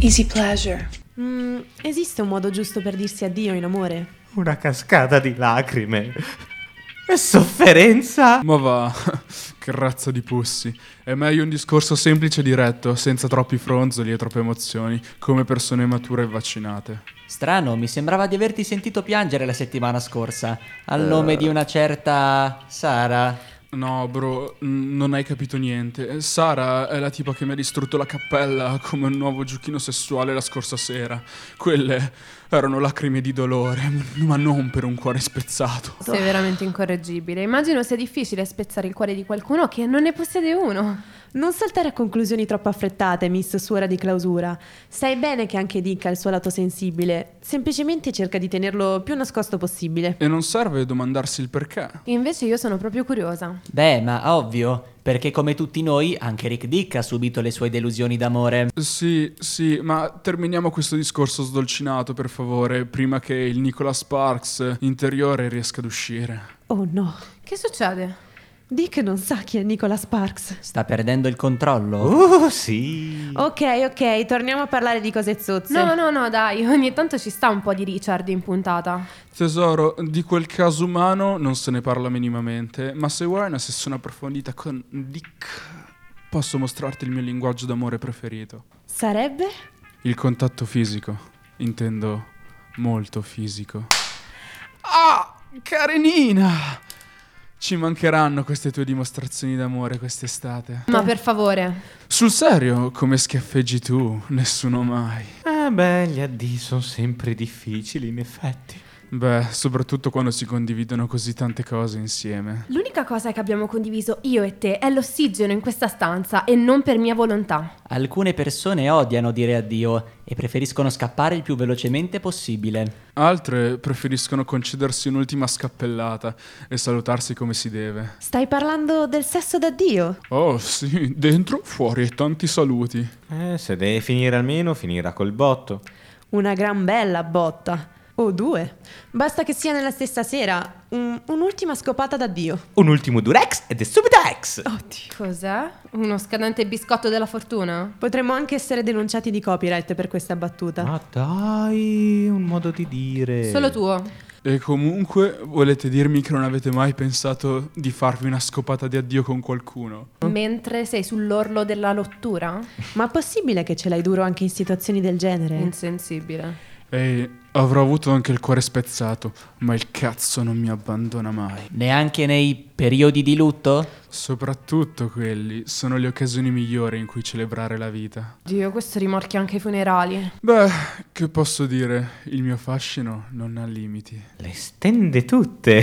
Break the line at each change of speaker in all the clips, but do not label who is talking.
easy pleasure.
Mm, esiste un modo giusto per dirsi addio in amore?
Una cascata di lacrime. E sofferenza.
Ma va, che razza di pussi. È meglio un discorso semplice e diretto, senza troppi fronzoli e troppe emozioni, come persone mature e vaccinate.
Strano, mi sembrava di averti sentito piangere la settimana scorsa, al nome di una certa Sara.
No, bro, n- non hai capito niente. Eh, Sara è la tipa che mi ha distrutto la cappella come un nuovo giochino sessuale la scorsa sera. Quelle erano lacrime di dolore, m- ma non per un cuore spezzato.
Sei veramente incorreggibile. Immagino sia difficile spezzare il cuore di qualcuno che non ne possiede uno.
Non saltare a conclusioni troppo affrettate, miss suora di clausura. Sai bene che anche Dick ha il suo lato sensibile, semplicemente cerca di tenerlo più nascosto possibile.
E non serve domandarsi il perché.
Invece io sono proprio curiosa.
Beh, ma ovvio, perché come tutti noi, anche Rick Dick ha subito le sue delusioni d'amore.
Sì, sì, ma terminiamo questo discorso sdolcinato, per favore, prima che il Nicola Sparks interiore riesca ad uscire.
Oh no,
Che succede?
Dick non sa chi è Nicola Sparks.
Sta perdendo il controllo.
Uh, sì.
Ok, ok, torniamo a parlare di cose zozze.
No, no, no, dai, ogni tanto ci sta un po' di Richard in puntata.
Tesoro, di quel caso umano non se ne parla minimamente, ma se vuoi una sessione approfondita con Dick, posso mostrarti il mio linguaggio d'amore preferito.
Sarebbe?
Il contatto fisico, intendo molto fisico. Ah, carenina! Ci mancheranno queste tue dimostrazioni d'amore quest'estate.
Ma per favore.
Sul serio, come schiaffeggi tu, nessuno mai.
Eh beh, gli addì sono sempre difficili, in effetti.
Beh, soprattutto quando si condividono così tante cose insieme.
L'unica cosa che abbiamo condiviso io e te è l'ossigeno in questa stanza e non per mia volontà.
Alcune persone odiano dire addio e preferiscono scappare il più velocemente possibile.
Altre preferiscono concedersi un'ultima scappellata e salutarsi come si deve.
Stai parlando del sesso d'addio?
Oh sì, dentro, fuori e tanti saluti.
Eh, se deve finire almeno, finirà col botto.
Una gran bella botta. O due. Basta che sia nella stessa sera. Un- un'ultima scopata d'addio.
Un ultimo Durex ed è subito ex.
Oddio.
Cos'è? Uno scadente biscotto della fortuna?
Potremmo anche essere denunciati di copyright per questa battuta.
Ma dai, un modo di dire.
Solo tuo.
E comunque, volete dirmi che non avete mai pensato di farvi una scopata di addio con qualcuno?
Mentre sei sull'orlo della lottura?
Ma è possibile che ce l'hai duro anche in situazioni del genere?
Insensibile.
Ehi, avrò avuto anche il cuore spezzato, ma il cazzo non mi abbandona mai.
Neanche nei periodi di lutto?
Soprattutto quelli sono le occasioni migliori in cui celebrare la vita.
Dio, questo rimorchia anche i funerali.
Beh, che posso dire? Il mio fascino non ha limiti.
Le stende tutte.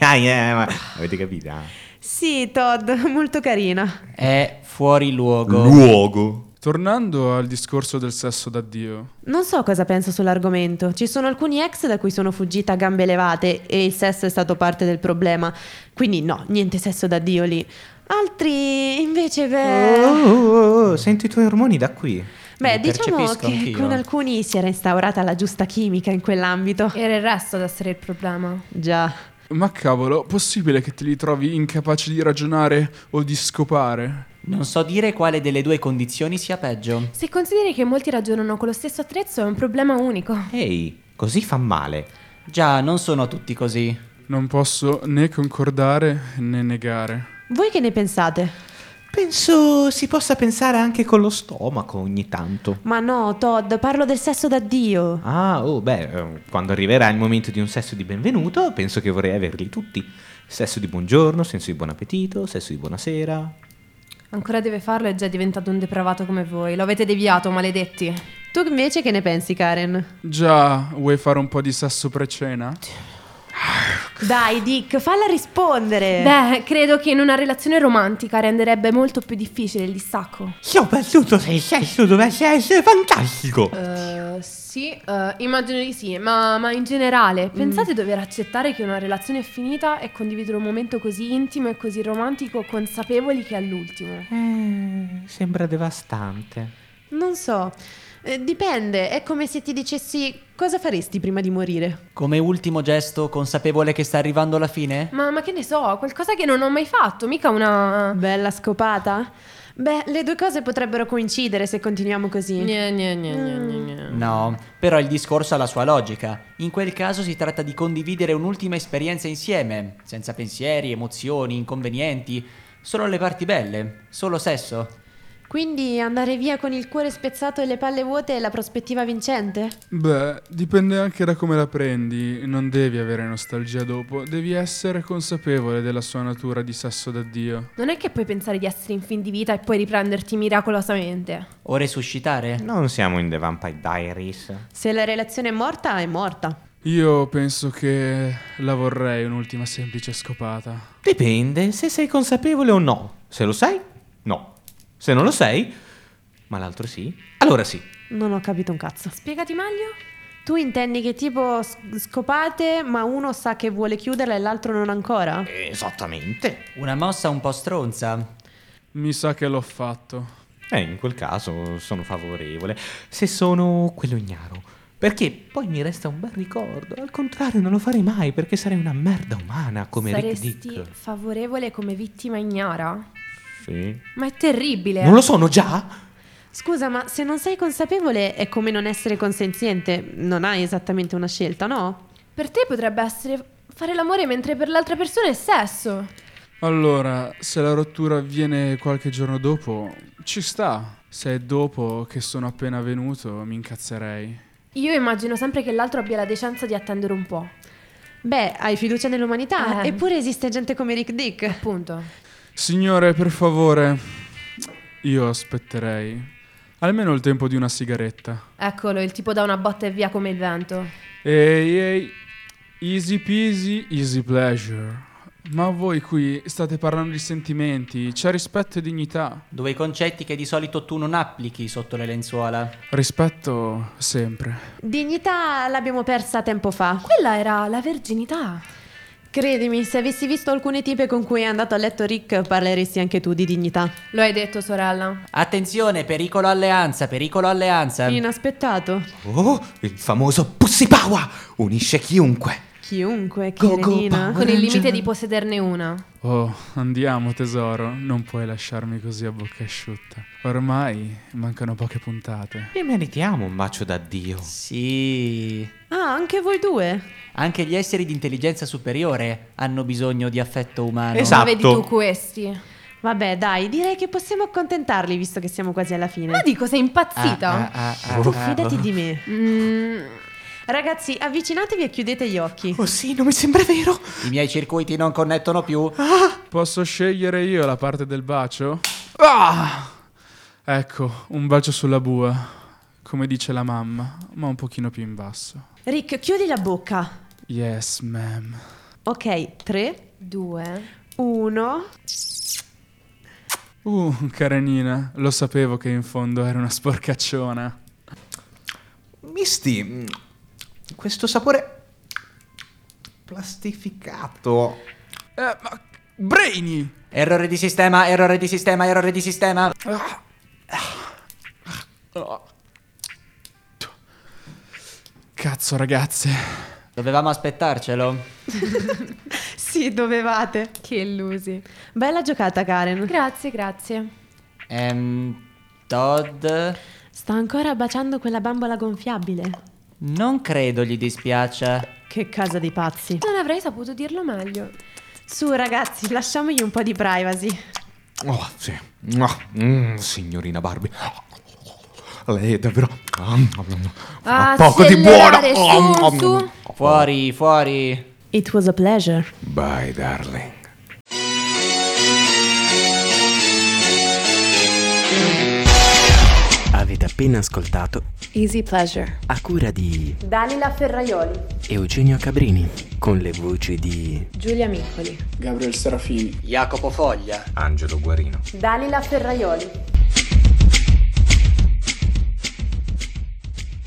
ah, yeah, ma avete capito? ah?
Sì, Todd, molto carina.
È fuori luogo.
Luogo.
Tornando al discorso del sesso d'addio,
Non so cosa penso sull'argomento. Ci sono alcuni ex da cui sono fuggita a gambe levate e il sesso è stato parte del problema. Quindi no, niente sesso d'addio lì. Altri invece beh...
Oh, oh, oh, sento i tuoi ormoni da qui.
Beh,
Li
diciamo
percepisco
che
anch'io.
con alcuni si era instaurata la giusta chimica in quell'ambito.
Era il resto ad essere il problema.
Già.
ma cavolo, possibile che te li trovi incapaci di ragionare o di scopare?
Non so dire quale delle due condizioni sia peggio.
Se consideri che molti ragionano con lo stesso attrezzo è un problema unico.
Ehi, così fa male.
Già, non sono tutti così.
Non posso né concordare né negare.
Voi che ne pensate?
Penso si possa pensare anche con lo stomaco ogni tanto.
Ma no, Todd, parlo del sesso d'addio.
Ah, oh, beh, eh, quando arriverà il momento di un sesso di benvenuto, penso che vorrei averli tutti. Sesso di buongiorno, senso di buon appetito, sesso di buonasera.
Ancora deve farlo e è già diventato un depravato come voi. Lo avete deviato, maledetti.
Tu invece che ne pensi, Karen?
Già, vuoi fare un po' di sesso pre-cena?
Dai, Dick, falla rispondere.
Beh, credo che in una relazione romantica renderebbe molto più difficile il distacco.
Soprattutto se il sesso dovesse essere fantastico.
Eh, sì, immagino di sì, ma, in generale, pensate dover accettare che una relazione è finita e condividere un momento così intimo e così romantico consapevoli che è l'ultimo.
Eh, sembra devastante.
Non so. Eh, dipende, è come se ti dicessi cosa faresti prima di morire.
Come ultimo gesto, consapevole che sta arrivando la fine?
Mm. Ma, ma che ne so, qualcosa che non ho mai fatto, mica una...
Bella scopata? Beh, le due cose potrebbero coincidere se continuiamo così.
Gne, gne, gne, gne, gne, gne.
No, però il discorso ha la sua logica. In quel caso si tratta di condividere un'ultima esperienza insieme, senza pensieri, emozioni, inconvenienti, solo le parti belle, solo sesso.
Quindi andare via con il cuore spezzato e le palle vuote è la prospettiva vincente?
Beh, dipende anche da come la prendi. Non devi avere nostalgia dopo, devi essere consapevole della sua natura di sesso d'addio.
Non è che puoi pensare di essere in fin di vita e poi riprenderti miracolosamente.
O resuscitare?
Non siamo in The Vampire Diaries.
Se la relazione è morta, è morta.
Io penso che la vorrei un'ultima semplice scopata.
Dipende se sei consapevole o no. Se lo sei, no. Se non lo sei, ma l'altro sì, allora sì.
Non ho capito un cazzo.
Spiegati meglio?
Tu intendi che tipo s- scopate, ma uno sa che vuole chiuderla e l'altro non ancora?
Esattamente.
Una mossa un po' stronza.
Mi sa che l'ho fatto.
Eh, in quel caso sono favorevole. Se sono quello ignaro. Perché poi mi resta un bel ricordo. Al contrario, non lo farei mai perché sarei una merda umana come Rick
Saresti
Dick.
favorevole come vittima ignara?
Sì.
Ma è terribile.
Non lo sono già?
Scusa, ma se non sei consapevole è come non essere consenziente. Non hai esattamente una scelta, no?
Per te potrebbe essere fare l'amore mentre per l'altra persona è sesso.
Allora, se la rottura avviene qualche giorno dopo, ci sta. Se è dopo che sono appena venuto, mi incazzerei.
Io immagino sempre che l'altro abbia la decenza di attendere un po'.
Beh, hai fiducia nell'umanità,
Eh.
eppure esiste gente come Rick Dick.
Appunto.
Signore, per favore, io aspetterei almeno il tempo di una sigaretta.
Eccolo, il tipo dà una botta e via come il vento.
Ehi, ehi, easy peasy, easy pleasure. Ma voi qui state parlando di sentimenti, c'è rispetto e dignità.
Due concetti che di solito tu non applichi sotto le lenzuola.
Rispetto sempre.
Dignità l'abbiamo persa tempo fa.
Quella era la verginità.
Credimi, se avessi visto alcune tipe con cui è andato a letto Rick, parleresti anche tu di dignità.
Lo hai detto, sorella.
Attenzione, pericolo alleanza, pericolo alleanza.
Inaspettato.
Oh, il famoso Pussy Power unisce chiunque.
Chiunque,
Go, go,
Chirenina.
power.
Con il limite di possederne una.
Oh, andiamo tesoro, non puoi lasciarmi così a bocca asciutta. Ormai mancano poche puntate.
E meritiamo un bacio d'addio.
Sì.
Ah, anche voi due.
Anche gli esseri di intelligenza superiore hanno bisogno di affetto umano.
Esatto.
Ma vedi tu questi.
Vabbè, dai, direi che possiamo accontentarli visto che siamo quasi alla fine.
Ma dico, sei
Ah,
impazzita.
ah, ah, ah,
Tu
Eh,
ah.
fidati di me.
Mm,
Ragazzi, avvicinatevi e chiudete gli occhi.
Oh sì, non mi sembra vero.
I miei circuiti non connettono più.
Posso scegliere io la parte del bacio? Ah! Ecco, un bacio sulla bua, come dice la mamma, ma un pochino più in basso.
Rick, chiudi la bocca.
Yes, ma'am.
Ok, 3,
due.
1.
Uh, carenina, lo sapevo che in fondo era una sporcacciona.
Misti, mm, questo sapore plastificato.
Eh, ma... Brainy!
Errore di sistema, errore di sistema, errore di sistema.
Cazzo, ragazze.
Dovevamo aspettarcelo.
Sì, dovevate.
Che illusi.
Bella giocata, Karen.
Grazie, grazie.
Ehm, Todd,
Sta ancora baciando quella bambola gonfiabile.
non credo gli dispiaccia.
Che casa di pazzi.
Non avrei saputo dirlo meglio.
Su, ragazzi, lasciamogli un po' di privacy.
Oh, sì. Mm, signorina Barbie. Lei è davvero...
Ah,
Ha poco di buono.
accelerare, su, su.
Fuori, fuori.
It was a pleasure.
Bye, darling.
Avete appena ascoltato
Easy Pleasure.
a cura di
Dalila Ferraioli,
Eugenio Cabrini con le voci di
Giulia Miccoli.
Gabriel Serafini.
Jacopo Foglia.
Angelo Guarino.
Dalila Ferraioli,